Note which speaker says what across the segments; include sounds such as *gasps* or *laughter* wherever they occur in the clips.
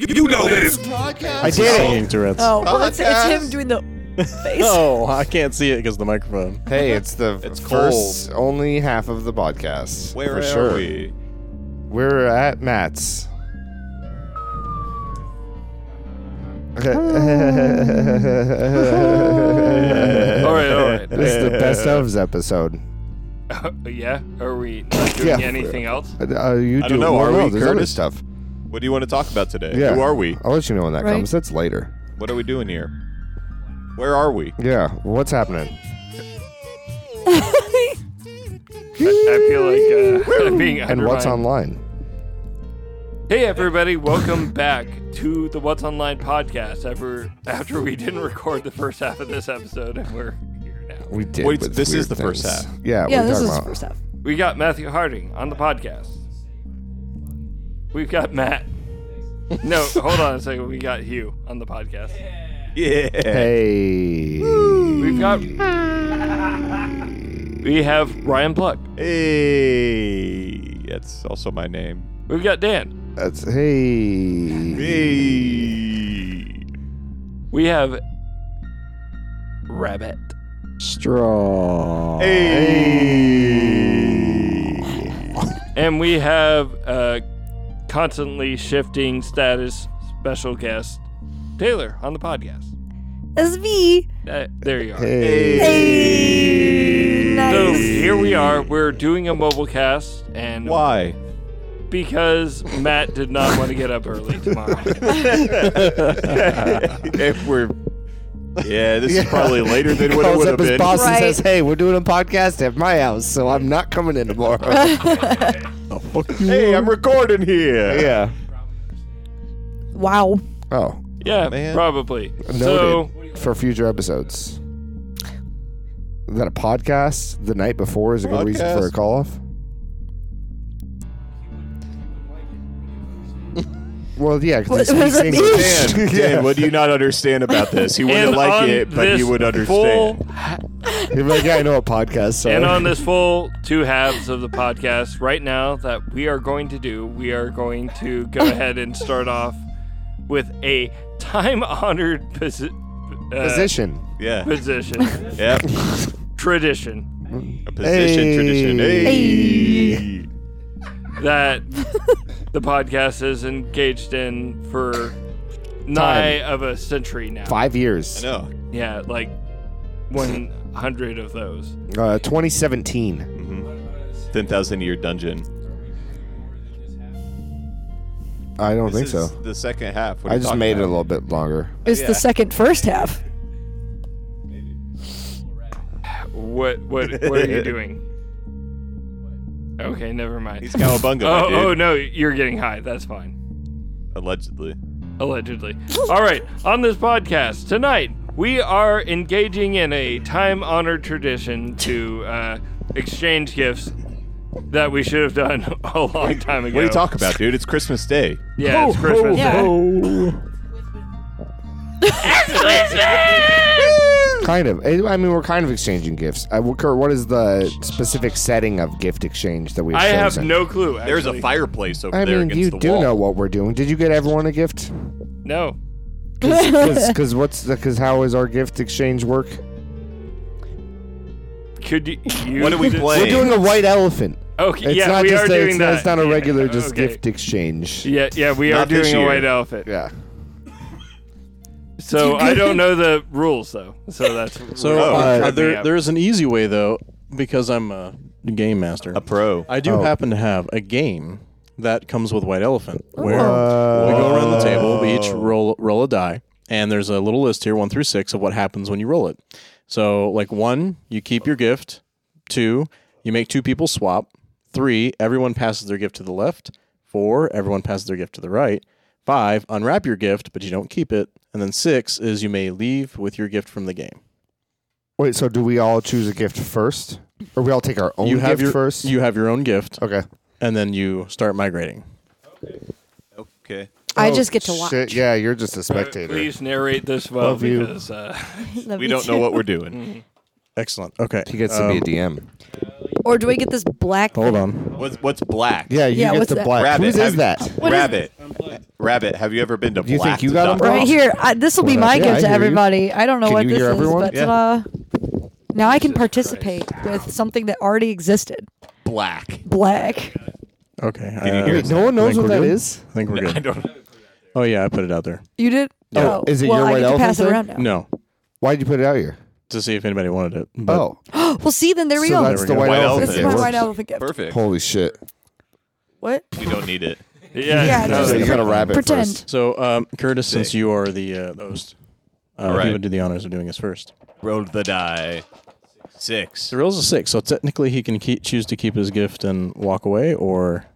Speaker 1: know this.
Speaker 2: Podcast.
Speaker 3: I did it. Tourette's.
Speaker 4: Oh, well, it's, it's him
Speaker 2: Podcast.
Speaker 4: doing the *laughs* face.
Speaker 3: Oh, I can't see it because of the microphone.
Speaker 2: Hey, it's the
Speaker 1: It's
Speaker 2: first only half of the podcast.
Speaker 1: Where
Speaker 2: for
Speaker 1: are
Speaker 2: sure.
Speaker 1: we?
Speaker 2: We're at Matt's.
Speaker 1: All right, all
Speaker 2: *laughs*
Speaker 1: right.
Speaker 2: This is the best
Speaker 1: *laughs*
Speaker 2: ofs episode.
Speaker 5: Uh, yeah? Are we not doing
Speaker 2: Yeah.
Speaker 5: anything else?
Speaker 2: Uh, you
Speaker 1: I
Speaker 2: do
Speaker 1: don't know,
Speaker 2: well,
Speaker 1: are
Speaker 2: no,
Speaker 1: we,
Speaker 2: there's
Speaker 1: Curtis?
Speaker 2: other stuff.
Speaker 1: What do you want to talk about today?
Speaker 2: Yeah.
Speaker 1: Who are we?
Speaker 2: I'll let you know when that
Speaker 4: Right.
Speaker 2: comes. That's later.
Speaker 1: What are we doing here? Where are we? *laughs*
Speaker 2: Yeah. What's happening?
Speaker 5: I feel like uh, *laughs* I'm being
Speaker 2: and what's
Speaker 5: undermined.
Speaker 2: online?
Speaker 5: Hey, everybody, welcome back to the What's Online podcast after, after we didn't record the first half of this episode and we're here now.
Speaker 2: We did.
Speaker 1: Wait,
Speaker 2: with
Speaker 1: this is
Speaker 2: weird
Speaker 1: the first
Speaker 2: things.
Speaker 1: half.
Speaker 2: Yeah.
Speaker 4: yeah,
Speaker 2: we're
Speaker 4: this
Speaker 2: talking
Speaker 4: is the
Speaker 2: about-
Speaker 4: first half.
Speaker 5: We got Matthew Harding on the podcast. We've got Matt. No, hold on a second. We got Hugh on the podcast.
Speaker 1: Yeah.
Speaker 2: Hey.
Speaker 5: We've got. We have Ryan Pluck.
Speaker 1: Hey. That's also my name.
Speaker 5: We've got Dan.
Speaker 2: That's hey.
Speaker 1: Hey.
Speaker 5: We have Rabbit.
Speaker 3: Straw.
Speaker 1: Hey.
Speaker 5: And we have uh, constantly shifting status special guest Taylor on the podcast.
Speaker 4: It's me.
Speaker 5: Uh, there you are.
Speaker 4: Hey.
Speaker 5: So
Speaker 4: Nice.
Speaker 5: here we are. We're doing a mobile cast, and
Speaker 1: Why? *laughs*
Speaker 5: because Matt did not want to get up early tomorrow.
Speaker 1: *laughs* if we're. Yeah, this is probably later than what it
Speaker 2: Calls
Speaker 1: would
Speaker 2: up
Speaker 1: have
Speaker 2: his
Speaker 1: been.
Speaker 2: boss and
Speaker 4: Right.
Speaker 2: says, "Hey, we're doing a podcast at my house, so I'm not coming
Speaker 4: *laughs*
Speaker 2: in tomorrow."
Speaker 1: Hey, I'm recording here. *laughs*
Speaker 2: yeah.
Speaker 4: Wow.
Speaker 2: Oh,
Speaker 5: Yeah,
Speaker 1: Man.
Speaker 5: probably.
Speaker 2: noted
Speaker 5: So
Speaker 2: for future episodes. Is that a podcast the night before is a good reason for a
Speaker 1: Podcast.
Speaker 2: call
Speaker 1: *laughs*
Speaker 2: off? Well, yeah,
Speaker 4: What-
Speaker 2: because
Speaker 4: what
Speaker 2: they
Speaker 4: does that
Speaker 2: speak
Speaker 4: mean?
Speaker 2: English. *laughs*
Speaker 1: Dan, Dan, what do you not understand about this? He wouldn't
Speaker 5: and
Speaker 1: like
Speaker 5: on
Speaker 1: it, but
Speaker 5: this
Speaker 1: he would understand.
Speaker 5: full-
Speaker 2: You're like, yeah, I know a podcast. Sorry.
Speaker 5: and on this full two halves of the podcast right now that we are going to do, we are going to go ahead and start off with a time-honored posi- uh,
Speaker 2: *laughs* position.
Speaker 1: Yeah.
Speaker 5: position,
Speaker 1: Yep.
Speaker 5: tradition
Speaker 1: A position
Speaker 2: Hey.
Speaker 1: tradition. Hey.
Speaker 5: that the podcast is engaged in for nigh of a century now.
Speaker 2: Five years.
Speaker 1: No.
Speaker 5: Yeah, like 100 of those.
Speaker 2: Uh, 2017.
Speaker 1: 10,000 year dungeon.
Speaker 2: I don't think
Speaker 1: This
Speaker 2: so.
Speaker 1: is The second half. What are
Speaker 2: I
Speaker 1: you
Speaker 2: just
Speaker 1: talking
Speaker 2: made it a
Speaker 1: about?
Speaker 2: little bit longer.
Speaker 4: It's
Speaker 1: Yeah.
Speaker 4: the second first half.
Speaker 5: What what what are you doing? Okay, never mind.
Speaker 1: He's cowabunga, my
Speaker 5: oh,
Speaker 1: dude.
Speaker 5: oh no, you're getting high. That's fine.
Speaker 1: Allegedly.
Speaker 5: Allegedly. All right, on this podcast tonight, we are engaging in a time-honored tradition to uh, exchange gifts that we should have done *laughs* a long time ago.
Speaker 1: What do you talk about, dude? It's Christmas Day.
Speaker 5: Yeah, it's Christmas.
Speaker 4: Yeah. *laughs*
Speaker 2: Kind of. I I mean, we're kind of exchanging gifts. Uh, well, Kurt, what is the specific setting of gift exchange that we've
Speaker 5: I have
Speaker 2: chosen?
Speaker 5: no clue. Actually.
Speaker 1: There's a fireplace over
Speaker 2: I
Speaker 1: there
Speaker 2: mean,
Speaker 1: against
Speaker 2: you
Speaker 1: the
Speaker 2: do
Speaker 1: wall.
Speaker 2: know what we're doing. Did you get everyone
Speaker 4: *laughs*
Speaker 2: a gift?
Speaker 5: No.
Speaker 2: Because what's because how is our gift exchange work?
Speaker 5: Could you? you
Speaker 1: What do we
Speaker 5: just-
Speaker 1: play?
Speaker 2: We're doing a white elephant.
Speaker 5: Okay,
Speaker 2: It's
Speaker 5: yeah,
Speaker 2: not
Speaker 5: we
Speaker 2: just
Speaker 5: are
Speaker 2: a,
Speaker 5: doing
Speaker 2: it's,
Speaker 5: that.
Speaker 2: It's not a
Speaker 5: Yeah,
Speaker 2: regular just
Speaker 5: okay.
Speaker 2: gift exchange.
Speaker 5: Yeah, yeah, we
Speaker 1: Not
Speaker 5: are
Speaker 1: this
Speaker 5: doing a
Speaker 1: year.
Speaker 5: white elephant.
Speaker 2: Yeah.
Speaker 5: So I don't know the rules though. So that's
Speaker 3: So
Speaker 1: Oh,
Speaker 3: uh,
Speaker 5: tripping
Speaker 3: there,
Speaker 5: out.
Speaker 3: there is an easy way though, because I'm a game master.
Speaker 1: A pro.
Speaker 3: I do
Speaker 2: Oh.
Speaker 3: happen to have a game that comes with White Elephant, where we go around the table, we each roll roll a die, and there's a little list here, one through six, of what happens when you roll it. So, like one, you keep your gift. Two, you make two people swap. Three, everyone passes their gift to the left. Four, everyone passes their gift to the right. Five, unwrap your gift, but you don't keep it. And then six is you may leave with your gift from the game.
Speaker 2: Wait. So do we all choose a gift first, or we all take our own
Speaker 3: you
Speaker 2: gift
Speaker 3: have your
Speaker 2: first?
Speaker 3: You have your own gift,
Speaker 2: okay.
Speaker 3: and then you start migrating.
Speaker 1: Okay.
Speaker 4: I
Speaker 2: Oh,
Speaker 4: just get to watch. *laughs*
Speaker 2: Shit. Yeah, you're just a
Speaker 5: Uh,
Speaker 2: spectator.
Speaker 5: Please narrate this well
Speaker 2: Love you.
Speaker 5: because uh, *laughs*
Speaker 4: Love
Speaker 1: We
Speaker 4: you
Speaker 1: don't know
Speaker 4: too.
Speaker 1: what we're
Speaker 2: *laughs*
Speaker 1: doing.
Speaker 3: Excellent. Okay.
Speaker 2: he gets
Speaker 3: um,
Speaker 2: to be a DM.
Speaker 4: Or do I get this black?
Speaker 3: Hold on.
Speaker 1: What's what's black?
Speaker 2: Yeah, you
Speaker 4: Yeah,
Speaker 2: get
Speaker 4: what's
Speaker 2: the
Speaker 4: that?
Speaker 2: black.
Speaker 1: Rabbit.
Speaker 2: Whose is
Speaker 1: Have-
Speaker 2: that?
Speaker 1: Rabbit. Rabbit, have you ever been to
Speaker 2: Do you think
Speaker 1: Black
Speaker 2: you got 'em,
Speaker 1: Oh.
Speaker 4: Right here. I, this will be
Speaker 2: Well,
Speaker 4: my
Speaker 2: yeah, I
Speaker 4: gift to
Speaker 2: hear you.
Speaker 4: everybody. I don't know
Speaker 2: Can
Speaker 4: what
Speaker 2: you
Speaker 4: this
Speaker 2: hear
Speaker 4: is,
Speaker 2: everyone?
Speaker 4: but
Speaker 1: Yeah.
Speaker 4: uh, now I can participate with something that already existed.
Speaker 1: Black?
Speaker 4: Black.
Speaker 3: Okay.
Speaker 1: you
Speaker 3: uh,
Speaker 1: hear
Speaker 3: I
Speaker 1: it?
Speaker 2: No one knows
Speaker 3: think
Speaker 2: what
Speaker 3: we're
Speaker 2: that
Speaker 3: good?
Speaker 2: is.
Speaker 3: I think
Speaker 1: *laughs*
Speaker 3: we're
Speaker 1: I
Speaker 3: good.
Speaker 1: don't
Speaker 3: Oh yeah, I put it out there.
Speaker 4: You did?
Speaker 2: Oh, is it
Speaker 4: well,
Speaker 2: your
Speaker 4: I
Speaker 2: white
Speaker 4: get to
Speaker 2: elephant
Speaker 4: pass it
Speaker 2: thing?
Speaker 4: around now.
Speaker 3: No,
Speaker 2: Why'd you put it out here?
Speaker 3: to see if anybody wanted it. but-
Speaker 2: Oh,
Speaker 4: Well, see, then there we
Speaker 2: so
Speaker 4: go.
Speaker 2: that's
Speaker 3: There
Speaker 2: the
Speaker 3: we go.
Speaker 2: white,
Speaker 1: White
Speaker 2: elephant.
Speaker 1: elephant.
Speaker 4: this
Speaker 1: it
Speaker 4: is
Speaker 2: It
Speaker 4: my
Speaker 1: works.
Speaker 4: white
Speaker 2: works.
Speaker 4: elephant gift.
Speaker 1: Perfect.
Speaker 2: Holy shit!
Speaker 4: What?
Speaker 1: *laughs* We don't need it.
Speaker 5: Yeah.
Speaker 4: Yeah,
Speaker 5: no,
Speaker 4: just
Speaker 2: So you got a rabbit
Speaker 4: Pretend.
Speaker 2: first.
Speaker 3: So um, Curtis, since you are the uh, the host, uh,
Speaker 1: All right.
Speaker 3: you would do the honors of doing us first.
Speaker 1: Rolled the die. Six.
Speaker 3: The roll's a six, so technically he can keep, choose to keep his gift and walk away, or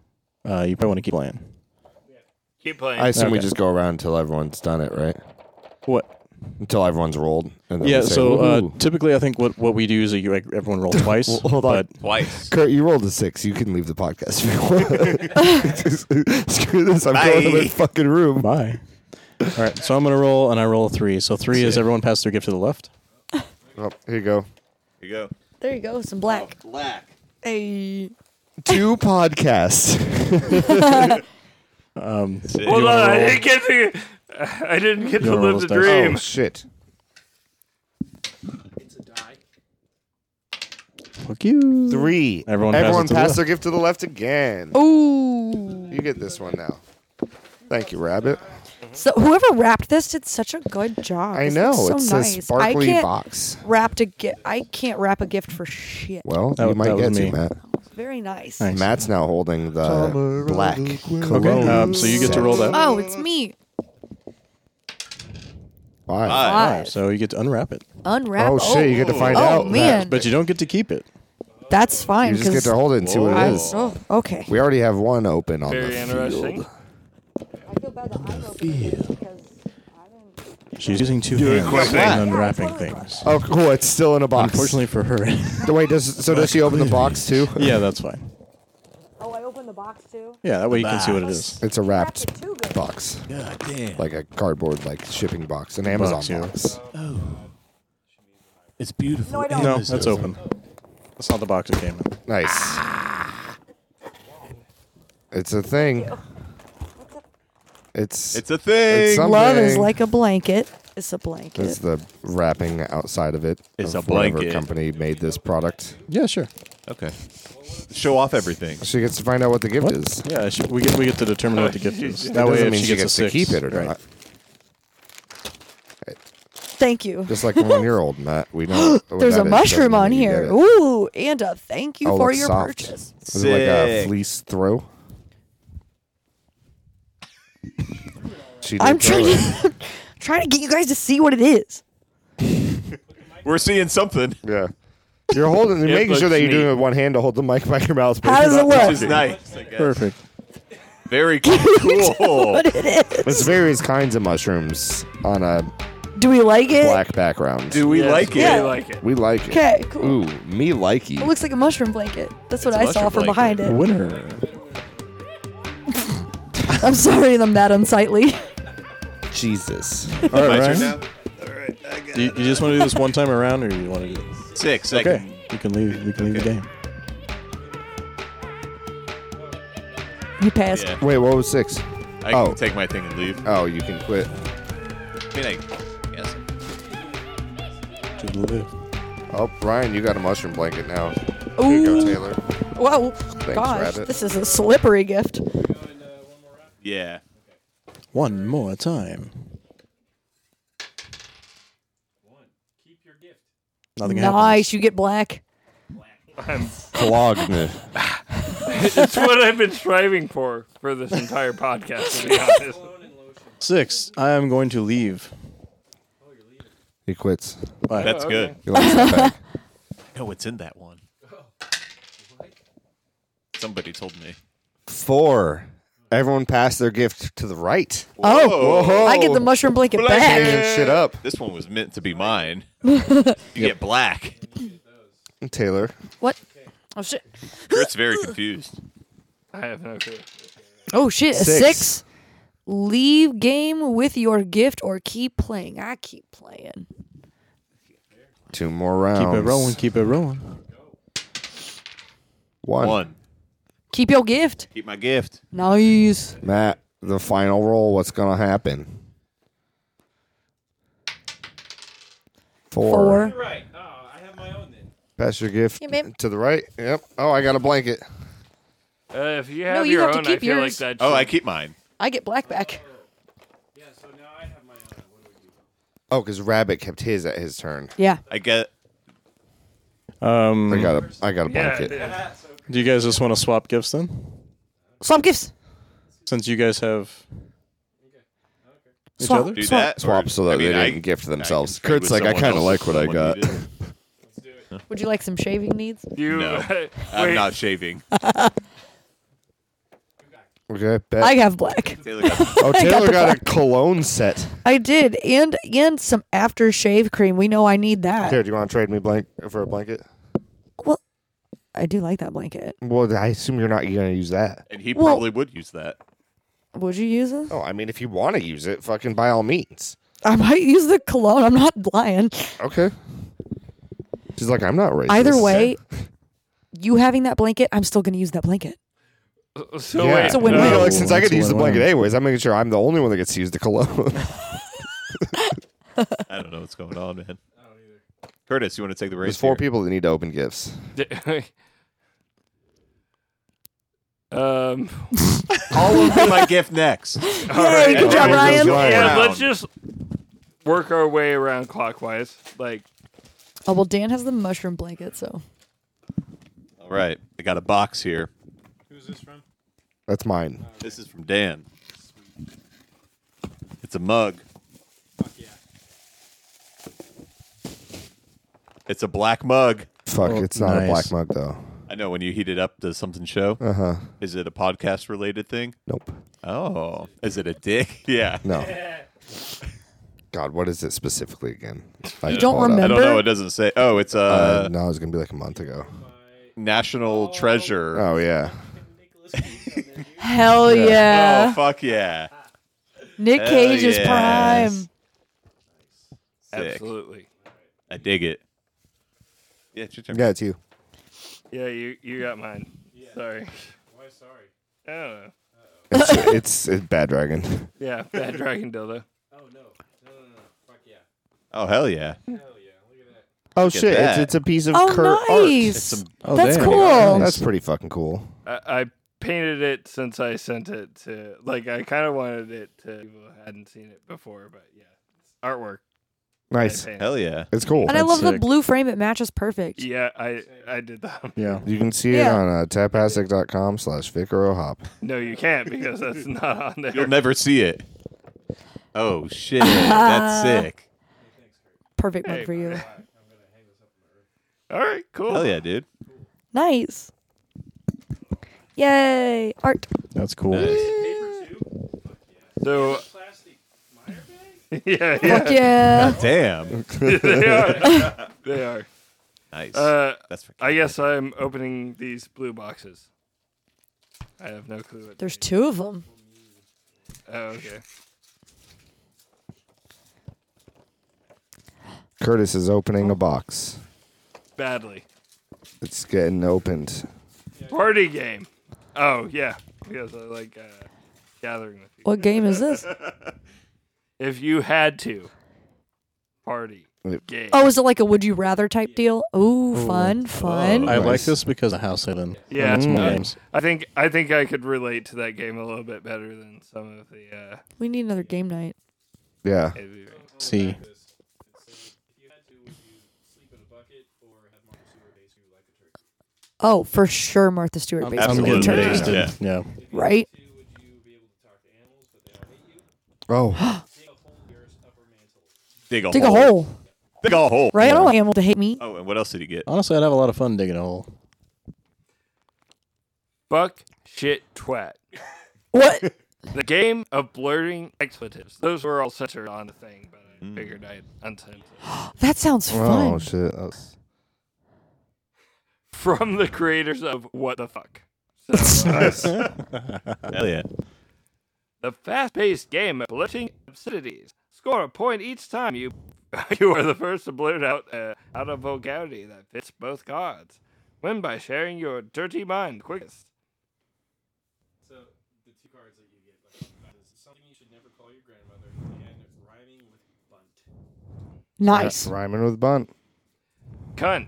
Speaker 3: uh, you probably want to keep playing.
Speaker 5: keep playing.
Speaker 2: I assume we
Speaker 3: Okay.
Speaker 2: just go around until everyone's done it, right?
Speaker 3: What?
Speaker 2: Until everyone's rolled. And then
Speaker 3: Yeah.
Speaker 2: we say,
Speaker 3: So uh,
Speaker 2: "Ooh."
Speaker 3: typically, I think what, what we do is that you like everyone
Speaker 2: *laughs*
Speaker 3: roll twice.
Speaker 2: hold on.
Speaker 3: but-
Speaker 1: Twice.
Speaker 2: Kurt, you rolled a six. You can leave the podcast if you want. *laughs* Just-
Speaker 4: *laughs*
Speaker 2: Screw this. I'm going to
Speaker 1: Bye.
Speaker 2: my fucking room.
Speaker 3: Bye. All right, so I'm gonna roll, and I roll a three. So three is everyone pass their gift to the left.
Speaker 2: Oh, here you go.
Speaker 1: Here you go.
Speaker 4: There you go. Some black.
Speaker 1: Black.
Speaker 4: Hey.
Speaker 2: Two podcasts.
Speaker 5: Hold on, I
Speaker 3: roll?
Speaker 5: didn't get to. I didn't get
Speaker 3: You
Speaker 5: to
Speaker 3: wanna roll
Speaker 5: live the
Speaker 3: those dice?
Speaker 5: dream.
Speaker 2: Oh, shit.
Speaker 3: Fuck you.
Speaker 2: Three.
Speaker 3: Everyone pass
Speaker 2: Everyone
Speaker 3: it to the
Speaker 2: passed
Speaker 3: left.
Speaker 2: their gift to the left again.
Speaker 4: Oh. Ooh.
Speaker 2: You get this one now. Thank you, Rabbit.
Speaker 4: So whoever wrapped this did such a good job.
Speaker 2: I
Speaker 4: This
Speaker 2: know.
Speaker 4: looks so nice.
Speaker 2: it's a
Speaker 4: I
Speaker 2: sparkly
Speaker 4: can't
Speaker 2: box.
Speaker 4: Wrap a gift. I can't wrap a gift for shit.
Speaker 2: Well,
Speaker 3: That-
Speaker 2: you might
Speaker 3: that was me.
Speaker 2: get to, Matt.
Speaker 4: Very nice.
Speaker 3: Nice.
Speaker 2: Matt's now holding the black cologne.
Speaker 3: Okay, um, so you get to roll that.
Speaker 4: Oh, it's me.
Speaker 2: Why?
Speaker 1: Five.
Speaker 4: Five.
Speaker 3: So you get to unwrap it,
Speaker 4: Unwrap.
Speaker 2: Oh, shit. You get to find
Speaker 4: Oh,
Speaker 2: out.
Speaker 4: man.
Speaker 3: but you don't get to keep it.
Speaker 4: That's fine.
Speaker 2: You just get
Speaker 4: 'cause
Speaker 2: to hold it and see what
Speaker 4: I,
Speaker 2: it
Speaker 1: Whoa.
Speaker 2: is.
Speaker 4: oh, okay.
Speaker 2: We already have one open on
Speaker 5: Very
Speaker 2: the
Speaker 5: interesting.
Speaker 2: field.
Speaker 4: I feel bad that I because
Speaker 3: She's using two hands and unwrapping things.
Speaker 2: Oh, cool! It's still in a box.
Speaker 3: Unfortunately for
Speaker 2: *laughs*
Speaker 3: her.
Speaker 2: wait. Does so? Does she open the box too?
Speaker 3: yeah, that's fine.
Speaker 4: oh, I opened the box too.
Speaker 3: Yeah, that way you can see what it is.
Speaker 2: It's a wrapped
Speaker 4: Wrapped it too good.
Speaker 2: box,
Speaker 1: God damn.
Speaker 2: like a cardboard, like shipping box, an Amazon box.
Speaker 3: yeah.
Speaker 1: It's beautiful.
Speaker 4: No, I don't.
Speaker 3: No, that's open. That's not the box it came in.
Speaker 2: Nice. It's a thing. It's
Speaker 1: It's a thing.
Speaker 2: It's some-
Speaker 4: Love is
Speaker 2: Dang.
Speaker 4: like a blanket. It's a blanket.
Speaker 2: is the wrapping outside of it.
Speaker 1: It's
Speaker 2: of
Speaker 1: a
Speaker 2: whatever
Speaker 1: blanket.
Speaker 2: company made this product.
Speaker 3: Yeah, sure.
Speaker 1: okay. Show off everything.
Speaker 2: She gets to find out what the gift
Speaker 3: What?
Speaker 2: is. It
Speaker 3: Yeah, she, we get we get to determine what the gift is.
Speaker 2: *laughs*
Speaker 3: That way,
Speaker 2: doesn't
Speaker 3: if
Speaker 2: mean
Speaker 3: she
Speaker 2: she
Speaker 3: gets, a
Speaker 2: to
Speaker 3: six,
Speaker 2: keep it or
Speaker 3: right.
Speaker 2: not.
Speaker 4: Thank you.
Speaker 2: Just like one year old Matt, Oh, we
Speaker 4: *gasps*
Speaker 2: know. what
Speaker 4: There's
Speaker 2: that
Speaker 4: a
Speaker 2: is.
Speaker 4: mushroom
Speaker 2: Doesn't
Speaker 4: on
Speaker 2: mean you get
Speaker 4: here.
Speaker 2: it.
Speaker 4: Ooh, and a thank you
Speaker 2: Oh,
Speaker 4: for
Speaker 2: looks
Speaker 4: your
Speaker 2: soft.
Speaker 4: purchase.
Speaker 2: Is it like a
Speaker 1: Sick.
Speaker 2: fleece throw? She did
Speaker 4: I'm
Speaker 2: throw
Speaker 4: trying
Speaker 2: it.
Speaker 4: to *laughs* trying to get you guys to see what it is.
Speaker 1: We're seeing something.
Speaker 2: *laughs* Yeah. You're holding, you're
Speaker 5: It
Speaker 2: making sure
Speaker 5: looks
Speaker 2: that you're doing it
Speaker 5: neat.
Speaker 2: with one hand to hold the mic by your mouth. but
Speaker 4: How
Speaker 2: you're
Speaker 4: does it
Speaker 2: not-
Speaker 4: look?
Speaker 1: Which is nice.
Speaker 3: Perfect.
Speaker 1: Very cool.
Speaker 2: Oh.
Speaker 4: What it is?
Speaker 2: It's various kinds of mushrooms on a
Speaker 4: Do we like it?
Speaker 2: black background.
Speaker 1: Do we
Speaker 5: Yes,
Speaker 1: like
Speaker 5: we
Speaker 1: it?
Speaker 4: Yeah.
Speaker 5: like it.
Speaker 2: We like it.
Speaker 4: Okay, cool.
Speaker 2: Ooh, me likey.
Speaker 4: It looks like a mushroom blanket. That's what
Speaker 1: It's a
Speaker 4: I saw
Speaker 1: mushroom
Speaker 4: from
Speaker 1: blanket.
Speaker 4: behind it.
Speaker 3: Winner.
Speaker 4: I'm sorry, I'm that unsightly. *laughs*
Speaker 2: Jesus.
Speaker 3: All
Speaker 1: My turn
Speaker 3: right. Ryan.
Speaker 1: now? All right, I got
Speaker 3: Do you, you just want to do this one time around, or you want to do this?
Speaker 1: six. I
Speaker 3: Okay,
Speaker 1: can-
Speaker 3: you can leave. You can leave the game.
Speaker 4: You passed.
Speaker 1: Yeah.
Speaker 2: Wait, what was six?
Speaker 1: I can
Speaker 2: Oh.
Speaker 1: take my thing and leave.
Speaker 2: Oh, you can quit.
Speaker 1: I mean, I guess.
Speaker 3: Just live.
Speaker 2: Oh, Ryan, you got a mushroom blanket now. Here you go,
Speaker 4: Ooh.
Speaker 2: Taylor.
Speaker 4: Whoa. Gosh,
Speaker 2: Rabbit.
Speaker 4: this is a slippery gift.
Speaker 1: Yeah.
Speaker 3: One more time. Nothing happens.
Speaker 4: Nice, you get black.
Speaker 2: Clogged.
Speaker 5: It's what I've been striving for for this entire podcast.
Speaker 2: *laughs*
Speaker 5: To be honest,
Speaker 3: Six. I am going to leave.
Speaker 2: *laughs* he quits.
Speaker 3: Bye.
Speaker 1: That's good.
Speaker 2: He likes that bag.
Speaker 1: No, it's in that one. Somebody told me.
Speaker 2: Four. Everyone passed their gift to the right.
Speaker 4: Oh,
Speaker 2: Whoa.
Speaker 4: I get the mushroom blanket back.
Speaker 2: Hanging shit up.
Speaker 1: This one was meant to be mine. you get black.
Speaker 2: Taylor.
Speaker 4: What? Oh shit.
Speaker 1: Kurt's very confused.
Speaker 5: I have no clue.
Speaker 4: Oh shit. a
Speaker 2: Six.
Speaker 4: Six. Leave game with your gift or keep playing. I keep playing.
Speaker 2: Two more rounds.
Speaker 3: Keep it rolling. Keep it rolling.
Speaker 2: One.
Speaker 1: One.
Speaker 4: Keep your gift.
Speaker 1: Keep my gift.
Speaker 4: Nice.
Speaker 2: Matt. the final roll, what's gonna happen? Four.
Speaker 4: Four.
Speaker 6: Right. Oh, I have my own then.
Speaker 2: Pass your gift
Speaker 4: Yeah, babe.
Speaker 2: to the right. Yep. Oh, I got a blanket.
Speaker 5: Uh, if you have
Speaker 4: you
Speaker 5: your
Speaker 4: have to
Speaker 5: own, I
Speaker 4: keep
Speaker 5: feel like
Speaker 4: yours.
Speaker 5: that.
Speaker 1: Oh, I
Speaker 5: should-
Speaker 1: keep mine.
Speaker 4: I get blackback.
Speaker 6: Yeah, so now I have my own. What do we do?
Speaker 2: Oh, because Rabbit kept his at his turn.
Speaker 4: Yeah.
Speaker 1: I get.
Speaker 3: Um,
Speaker 2: I got a I got a
Speaker 5: yeah,
Speaker 2: blanket.
Speaker 5: it is.
Speaker 3: do you guys just want to swap gifts then?
Speaker 4: Swap gifts.
Speaker 3: Since you guys have each
Speaker 4: Swap.
Speaker 3: other?
Speaker 1: Do
Speaker 4: Swap.
Speaker 1: that. or-
Speaker 2: Swap so that
Speaker 1: I mean,
Speaker 2: they
Speaker 1: I-
Speaker 2: didn't gift
Speaker 1: I can
Speaker 2: themselves.
Speaker 1: trade
Speaker 2: Kurt's
Speaker 1: with
Speaker 2: like, I
Speaker 1: someone
Speaker 2: kind of
Speaker 1: else
Speaker 2: like what I
Speaker 1: someone
Speaker 2: got.
Speaker 1: who didn't.
Speaker 4: Would you like some shaving needs?
Speaker 5: Do you,
Speaker 1: No.
Speaker 5: *laughs* wait,
Speaker 1: I'm not shaving.
Speaker 2: Okay, bet.
Speaker 4: I have black.
Speaker 1: Taylor got-
Speaker 2: oh, Taylor
Speaker 4: the
Speaker 2: got, a cologne set.
Speaker 4: I did, and and some aftershave cream. We know I need that.
Speaker 2: Here, do you want to trade me blank for a blanket?
Speaker 4: Well, I do like that blanket.
Speaker 2: Well, I assume you're not going to use that.
Speaker 1: and he
Speaker 4: Well-
Speaker 1: probably would use that.
Speaker 4: Would you use it?
Speaker 2: Oh, I mean, if you want to use it, fucking by all means.
Speaker 4: I might use the cologne. I'm not lying.
Speaker 2: Okay. She's like, I'm not racist.
Speaker 4: Either way, you having that blanket, I'm still going to use that blanket.
Speaker 5: So
Speaker 2: Yeah.
Speaker 5: wait,
Speaker 4: It's a win-win.
Speaker 5: no.
Speaker 2: You know, like, since I
Speaker 3: That's
Speaker 2: get to use the
Speaker 3: win-win.
Speaker 2: blanket anyways, I'm making sure I'm the only one that gets to use the *laughs* cologne.
Speaker 1: I don't know what's going on, man. Curtis, you want to take the race?
Speaker 2: There's four
Speaker 1: here?
Speaker 2: people that need to open gifts.
Speaker 5: *laughs* um.
Speaker 1: All of them I gift next.
Speaker 4: Yay, good job,
Speaker 1: Everyone
Speaker 4: Ryan.
Speaker 1: goes one
Speaker 5: Yeah,
Speaker 1: round.
Speaker 5: let's just work our way around clockwise. Like,
Speaker 4: Oh, well, Dan has the mushroom blanket, so.
Speaker 1: All right, I got a box here.
Speaker 6: Who's this from?
Speaker 2: That's mine.
Speaker 1: This is from Dan. It's a mug.
Speaker 6: Fuck yeah.
Speaker 1: It's a black mug.
Speaker 2: Fuck,
Speaker 3: Oh,
Speaker 2: it's not a
Speaker 3: nice.
Speaker 2: black mug, though.
Speaker 1: I know when you heat it up, does something show?
Speaker 2: Uh huh.
Speaker 1: Is it a podcast related thing?
Speaker 2: Nope.
Speaker 1: Oh, is it a dick? *laughs* Yeah.
Speaker 2: *laughs* No. God, what is it specifically again? I
Speaker 4: don't
Speaker 2: pull
Speaker 1: I
Speaker 2: it up.
Speaker 4: remember?
Speaker 1: don't know. It doesn't say. Oh, it's a
Speaker 2: Uh, no, it was gonna be like a month ago.
Speaker 1: national treasure.
Speaker 2: Oh yeah,
Speaker 6: Nicholas Cage on there, dude.
Speaker 4: Hell yeah.
Speaker 1: Oh, fuck yeah.
Speaker 4: Nick
Speaker 1: Hell
Speaker 4: Cage is
Speaker 1: yes.
Speaker 4: prime.
Speaker 1: Sick.
Speaker 5: absolutely.
Speaker 1: I dig it. Yeah, it's your turn.
Speaker 2: yeah, it's you.
Speaker 5: Yeah, you you got mine. Sorry.
Speaker 6: Why sorry?
Speaker 5: I don't know.
Speaker 4: *laughs*
Speaker 2: It's, it's, it's bad dragon.
Speaker 5: Yeah, bad *laughs* dragon dildo.
Speaker 6: Oh no. No, no, no. Fuck yeah.
Speaker 1: Oh, hell yeah.
Speaker 6: Hell yeah. Look at that.
Speaker 2: Oh
Speaker 1: at
Speaker 2: shit! It's,
Speaker 1: that.
Speaker 2: it's a piece of
Speaker 4: Oh,
Speaker 2: Kurt
Speaker 4: nice.
Speaker 1: It's some
Speaker 3: Oh,
Speaker 4: That's
Speaker 3: damn.
Speaker 4: cool.
Speaker 2: art. That's pretty fucking cool.
Speaker 5: I, I painted it since I sent it to. Like, I kind of wanted it to. People hadn't seen it before, but yeah, it's artwork. I
Speaker 2: Nice.
Speaker 5: painted.
Speaker 1: Hell yeah.
Speaker 2: It's cool.
Speaker 4: And I love the
Speaker 3: sick.
Speaker 4: blue frame. It matches perfect.
Speaker 5: Yeah, I I did that.
Speaker 3: Yeah.
Speaker 2: You can see it
Speaker 4: Yeah.
Speaker 2: on uh, tapastic.com slash vicarohop.
Speaker 5: *laughs* No, you can't because
Speaker 1: *laughs*
Speaker 5: that's not on there.
Speaker 1: You'll never see it. Oh, shit. That's sick.
Speaker 4: Perfect one
Speaker 5: Hey.
Speaker 4: for you.
Speaker 5: All right, cool.
Speaker 1: Hell yeah, dude.
Speaker 4: Nice. Yay. Art.
Speaker 3: That's cool.
Speaker 6: Paper two?
Speaker 5: So
Speaker 6: Plastic Meyer bag?
Speaker 5: *laughs* yeah,
Speaker 4: Fuck
Speaker 1: *laughs*
Speaker 5: yeah,
Speaker 4: yeah.
Speaker 2: *laughs*
Speaker 1: Damn.
Speaker 5: they are. They are.
Speaker 1: Nice.
Speaker 5: Uh,
Speaker 1: That's for
Speaker 5: I guess I'm opening these blue boxes. I have no clue what.
Speaker 4: There's two of them.
Speaker 5: Oh, okay.
Speaker 2: Curtis is opening a box.
Speaker 5: Badly.
Speaker 2: It's getting opened.
Speaker 5: Party game. Oh yeah, because I like uh, gathering with people.
Speaker 4: What game is this?
Speaker 5: If you had to, party
Speaker 2: Yep.
Speaker 5: game.
Speaker 4: Oh, is it like a would you rather type deal? Ooh, fun, fun.
Speaker 3: I like
Speaker 2: Nice.
Speaker 3: this because of how Salem.
Speaker 5: Yeah.
Speaker 3: It's more
Speaker 5: Mm.
Speaker 3: games.
Speaker 5: I think I think I could relate to that game a little bit better than some of the. Uh,
Speaker 4: we need another game night. *gasps*
Speaker 2: Yeah.
Speaker 5: heavy rain.
Speaker 3: See.
Speaker 6: If you had to, would you sleep in a bucket or have Martha Stewart base you like a turkey?
Speaker 4: Oh, for sure, Martha Stewart.
Speaker 3: I'm,
Speaker 4: Baker.
Speaker 3: I'm getting
Speaker 1: Absolutely.
Speaker 3: basted.
Speaker 1: Yeah.
Speaker 3: Yeah.
Speaker 4: right?
Speaker 6: Two, would you be able to talk to animals but they don't hate you?
Speaker 2: Oh,
Speaker 6: Dig a hole in your upper mantle.
Speaker 1: Dig a
Speaker 4: Dig
Speaker 1: hole.
Speaker 4: a hole,
Speaker 1: Dig a hole.
Speaker 4: right? I don't want animal to hate me.
Speaker 1: Oh, and what else did he get?
Speaker 3: Honestly, I'd have a lot of fun digging a hole.
Speaker 5: Buck shit twat.
Speaker 4: What?
Speaker 5: The game of blurting expletives. Those were all censored on the thing, but I figured I'd uncensor.
Speaker 4: That sounds
Speaker 2: oh
Speaker 4: fun.
Speaker 2: shit! That's-
Speaker 5: From the creators of What the Fuck. So, uh,
Speaker 1: Hell yeah.
Speaker 5: the fast-paced game of blurting obscenities. Score a point each time you *laughs* you are the first to blurt out uh, out of vulgarity that fits both cards. Win by sharing your dirty mind quickest.
Speaker 6: So the two cards that you get, like,
Speaker 4: Nice.
Speaker 2: Rhyming with bunt.
Speaker 5: Cunt.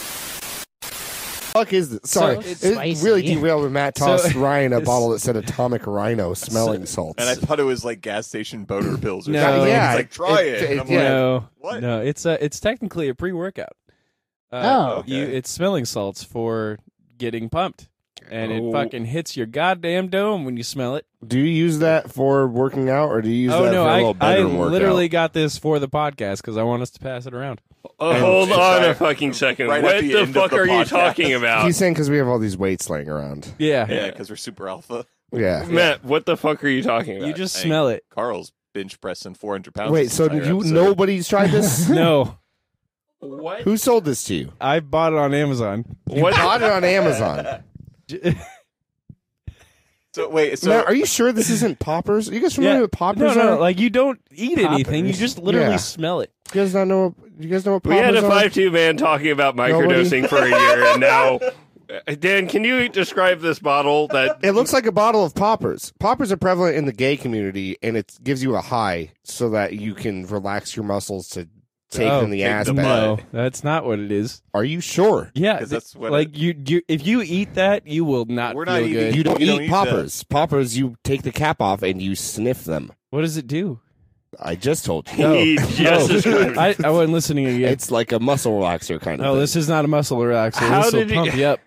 Speaker 2: Fuck is this? Sorry,
Speaker 7: it's
Speaker 2: it
Speaker 7: spicy.
Speaker 2: really derailed when Matt
Speaker 7: So- *laughs*
Speaker 2: tossed Ryan a bottle that said "Atomic Rhino Smelling Salts."
Speaker 1: And I thought it was like gas station boner pills or
Speaker 7: No.
Speaker 1: something.
Speaker 2: Yeah,
Speaker 1: He's like, try
Speaker 2: it-
Speaker 1: it.
Speaker 2: it-
Speaker 1: And I'm
Speaker 2: yeah.
Speaker 1: like,
Speaker 7: No,
Speaker 1: What?
Speaker 7: no, it's a, it's technically a pre-workout. Uh,
Speaker 1: Oh, okay.
Speaker 7: you, it's smelling salts for getting pumped, and
Speaker 1: Oh.
Speaker 7: it fucking hits your goddamn dome when you smell it.
Speaker 2: do you use that for working out, or do you use
Speaker 7: oh
Speaker 2: that
Speaker 7: no,
Speaker 2: for a
Speaker 7: I,
Speaker 2: little
Speaker 7: I
Speaker 2: better workout?
Speaker 7: literally got this for the podcast because I want us to pass it around.
Speaker 5: Uh, hold
Speaker 1: it's
Speaker 5: on
Speaker 1: right-
Speaker 5: a fucking second.
Speaker 1: right at
Speaker 5: what
Speaker 1: the
Speaker 5: the,
Speaker 1: end of
Speaker 5: fuck
Speaker 1: the
Speaker 5: are you
Speaker 1: podcast.
Speaker 5: talking about?
Speaker 2: He's saying because we have all these weights laying around.
Speaker 7: Yeah,
Speaker 1: yeah, because we're super alpha.
Speaker 2: Yeah.
Speaker 5: *laughs*
Speaker 7: Mm-hmm.
Speaker 5: Matt, what the fuck are you talking about?
Speaker 7: you just
Speaker 1: Hey.
Speaker 2: *laughs*
Speaker 7: smell it.
Speaker 1: Carl's bench pressing 400 pounds.
Speaker 2: Wait,
Speaker 1: this
Speaker 2: so
Speaker 1: entire
Speaker 2: did you?
Speaker 1: episode.
Speaker 2: Nobody's tried this.
Speaker 7: *laughs* No,
Speaker 5: what?
Speaker 2: Who sold this to you?
Speaker 7: I bought it on Amazon.
Speaker 2: You
Speaker 5: What-
Speaker 2: bought it on
Speaker 7: *laughs*
Speaker 2: Amazon.
Speaker 1: So wait, so
Speaker 2: Matt, are you sure this isn't poppers? Are you guys familiar
Speaker 7: *laughs* Yeah.
Speaker 2: with
Speaker 7: No,
Speaker 2: poppers?
Speaker 7: no,
Speaker 2: are?
Speaker 7: like you don't eat anything. You
Speaker 2: Poppers.
Speaker 7: just literally
Speaker 2: Yeah.
Speaker 7: smell it.
Speaker 2: you guys not know? You guys know what
Speaker 5: We
Speaker 2: poppers
Speaker 5: had a
Speaker 2: are?
Speaker 5: five-two man talking about microdosing for a year, and now, Uh, Dan, can you describe this bottle that
Speaker 2: *laughs* It looks like a bottle of poppers. Poppers are prevalent in the gay community, and it gives you a high so that you can relax your muscles to take
Speaker 7: Oh,
Speaker 2: in the
Speaker 1: take
Speaker 2: ass
Speaker 1: the
Speaker 2: back.
Speaker 1: butt.
Speaker 7: No, that's not what it is.
Speaker 2: Are you sure?
Speaker 7: Yeah,
Speaker 1: 'Cause
Speaker 7: th-
Speaker 1: that's what
Speaker 7: like you, you. If you eat that, you will not
Speaker 1: We're
Speaker 7: feel
Speaker 1: not eating-
Speaker 7: good.
Speaker 2: You don't
Speaker 1: You don't
Speaker 2: eat
Speaker 1: eat
Speaker 2: poppers. Poppers, you take the cap off and you sniff them.
Speaker 7: What does it do?
Speaker 2: I just told you.
Speaker 7: No.
Speaker 5: he just
Speaker 7: Oh.
Speaker 5: described?
Speaker 7: I, I wasn't listening
Speaker 2: *laughs*
Speaker 7: again.
Speaker 2: It's like a muscle relaxer kind of
Speaker 7: no,
Speaker 2: thing.
Speaker 7: this is not a muscle relaxer.
Speaker 5: How
Speaker 7: this will
Speaker 5: did he-
Speaker 7: pump you up.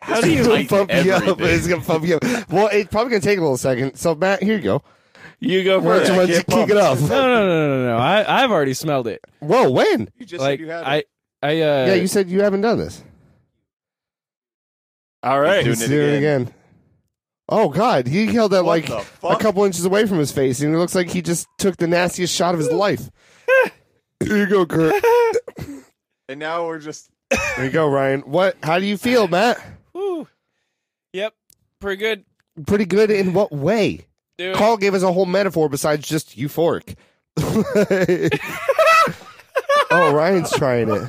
Speaker 5: How do you?
Speaker 1: Tight.
Speaker 2: It's gonna pump you up.
Speaker 1: everything.
Speaker 2: It's gonna pump you up. Well, it's probably gonna take a little second. So Matt, here you go.
Speaker 5: You go
Speaker 2: Why
Speaker 5: first.
Speaker 2: don't you- why don't you
Speaker 1: can't *laughs*
Speaker 2: kick
Speaker 1: pump.
Speaker 2: it off?
Speaker 7: No, no, no, no, no. no. I, I've already smelled it.
Speaker 2: Whoa, when?
Speaker 1: you just said
Speaker 7: like
Speaker 1: you had
Speaker 7: I,
Speaker 1: it.
Speaker 7: I. Uh,
Speaker 2: Yeah, you said you haven't done this.
Speaker 5: All right.
Speaker 1: Doing
Speaker 2: Let's
Speaker 1: it
Speaker 2: do it
Speaker 1: again.
Speaker 2: again. Oh God, he held that
Speaker 1: What
Speaker 2: like
Speaker 1: the
Speaker 2: a
Speaker 1: fuck?
Speaker 2: couple inches away from his face, and it looks like he just took the nastiest shot of his
Speaker 1: *laughs*
Speaker 2: life. Here you go, Kurt.
Speaker 1: and now we're just
Speaker 2: Here you go, Ryan. What? How do you feel, Matt?
Speaker 7: whew. Yep, pretty good.
Speaker 2: Pretty good. In what way?
Speaker 7: Dude.
Speaker 2: Carl gave us a whole metaphor besides just
Speaker 1: *laughs*
Speaker 2: euphoric. *laughs* oh, Ryan's trying it.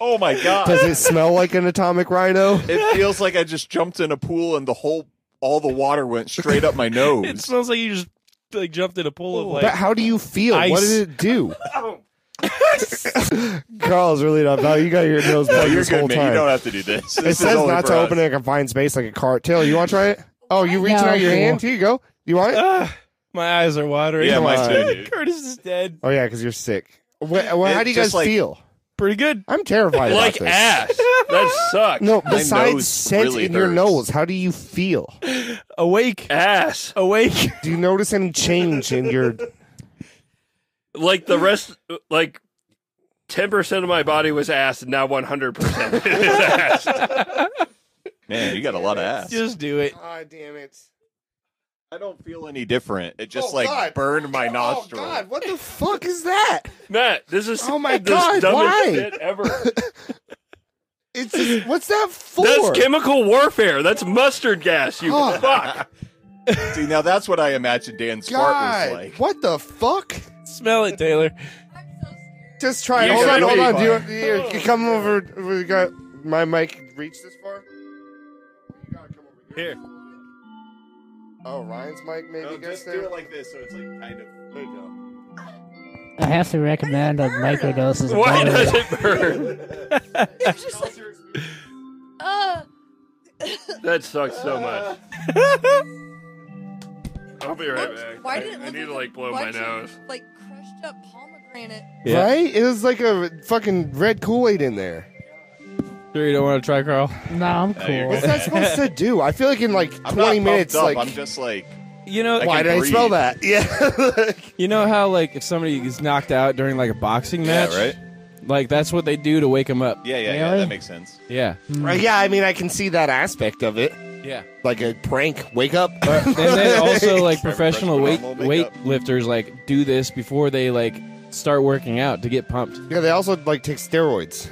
Speaker 1: Oh my
Speaker 2: *laughs*
Speaker 1: god.
Speaker 2: Does it smell like an atomic rhino?
Speaker 1: it feels like I just jumped in a pool and the whole all the water went straight
Speaker 2: *laughs*
Speaker 1: up my
Speaker 7: It
Speaker 1: nose.
Speaker 7: smells like you just like jumped in a pool of
Speaker 2: But
Speaker 7: like.
Speaker 2: how do you feel? What
Speaker 7: Ice.
Speaker 2: did
Speaker 1: *laughs*
Speaker 2: it do? Carl's really not. No, you got your nose
Speaker 1: Oh,
Speaker 2: plugged
Speaker 1: you're
Speaker 2: this
Speaker 1: good,
Speaker 2: whole
Speaker 1: man.
Speaker 2: time.
Speaker 1: You don't have to do this.
Speaker 2: it
Speaker 1: This is
Speaker 2: says
Speaker 1: only
Speaker 2: not
Speaker 1: for
Speaker 2: to
Speaker 1: us.
Speaker 2: open in a confined space like a cart. Taylor, you want to try it? Oh, you reaching out your
Speaker 4: No.
Speaker 2: hand? Here you go. You want
Speaker 1: Uh.
Speaker 2: it?
Speaker 7: Ah, my eyes are watering.
Speaker 1: Yeah,
Speaker 7: *laughs*
Speaker 2: Come
Speaker 1: my
Speaker 2: on.
Speaker 1: too. dude.
Speaker 7: Curtis is dead.
Speaker 2: Oh yeah, because you're sick. Wha- wha- how
Speaker 1: It
Speaker 2: do you
Speaker 1: just
Speaker 2: guys
Speaker 1: like-
Speaker 2: feel?
Speaker 7: Pretty good.
Speaker 2: I'm terrified.
Speaker 5: like
Speaker 2: about this.
Speaker 5: ass. That sucks.
Speaker 2: No, besides
Speaker 1: nose
Speaker 2: scent
Speaker 1: really
Speaker 2: in your
Speaker 1: hurts.
Speaker 2: nose, how do you feel?
Speaker 7: Awake.
Speaker 5: Ass.
Speaker 7: Awake. *laughs*
Speaker 2: Do you notice any change in *laughs* your?
Speaker 5: Like the rest. Like ten percent of my body was ass, and now one hundred percent is *laughs* ass.
Speaker 1: Man, you got a lot of ass.
Speaker 7: Just do it.
Speaker 2: God damn it!
Speaker 1: I don't feel any different. It just
Speaker 2: Oh,
Speaker 1: like
Speaker 2: God.
Speaker 1: burned my nostril.
Speaker 2: Oh God! What the fuck is that?
Speaker 5: Matt, this is
Speaker 2: Oh my
Speaker 5: this
Speaker 2: God,
Speaker 5: dumbest
Speaker 2: why?
Speaker 5: shit ever.
Speaker 2: It's just, what's that for?
Speaker 5: That's chemical warfare. That's mustard gas. You
Speaker 2: Oh.
Speaker 5: fuck.
Speaker 1: See, now that's what I imagine Dan's fart was
Speaker 2: God,
Speaker 1: like.
Speaker 2: what the fuck?
Speaker 7: Smell it, Taylor.
Speaker 2: Just try it.
Speaker 5: You
Speaker 2: Hold on,
Speaker 5: should
Speaker 2: hold
Speaker 5: be
Speaker 2: on. Do you, do you, you come over? We got my mic reach this far. You gotta come over
Speaker 5: Here.
Speaker 2: Oh, Ryan's mic maybe
Speaker 1: No, just
Speaker 2: gets
Speaker 1: do
Speaker 2: there.
Speaker 1: it like this, so it's like kind of. There you
Speaker 8: I have to recommend a microdose as a
Speaker 5: Why
Speaker 8: bonus.
Speaker 5: does it burn?
Speaker 4: Uh,
Speaker 5: That sucks so *laughs* much. I'll be right back.
Speaker 4: why
Speaker 5: I-
Speaker 4: did it
Speaker 5: I,
Speaker 4: look
Speaker 5: need
Speaker 4: like a
Speaker 5: to like blow my
Speaker 4: bunch
Speaker 5: nose.
Speaker 4: Of, like crushed up pomegranate.
Speaker 7: Yeah.
Speaker 2: Right? It was like a fucking red Kool Aid in there.
Speaker 7: Sure, you don't want to try, Carl.
Speaker 8: No, I'm
Speaker 1: No, you're
Speaker 8: cool.
Speaker 2: What's that supposed to do? I feel like in like
Speaker 1: I'm not
Speaker 2: 20
Speaker 1: pumped
Speaker 2: minutes,
Speaker 1: up.
Speaker 2: like,
Speaker 1: I'm just like
Speaker 7: You know,
Speaker 2: why
Speaker 1: can
Speaker 2: did I smell
Speaker 1: breathe.
Speaker 2: that? *laughs* Yeah.
Speaker 7: you know how like if somebody gets knocked out during like a boxing match,
Speaker 1: yeah, right?
Speaker 7: Like that's what they do to wake them up.
Speaker 1: Yeah, yeah, yeah.
Speaker 8: Really?
Speaker 1: That makes sense.
Speaker 7: Yeah,
Speaker 2: right, yeah, I mean, I can see that aspect of it. Uh,
Speaker 7: yeah.
Speaker 2: Like a prank, wake up.
Speaker 7: and then also like professional weight
Speaker 1: professional
Speaker 7: weight
Speaker 1: makeup.
Speaker 7: lifters like do this before they like start working out to get pumped.
Speaker 2: *laughs* yeah, they also like take steroids.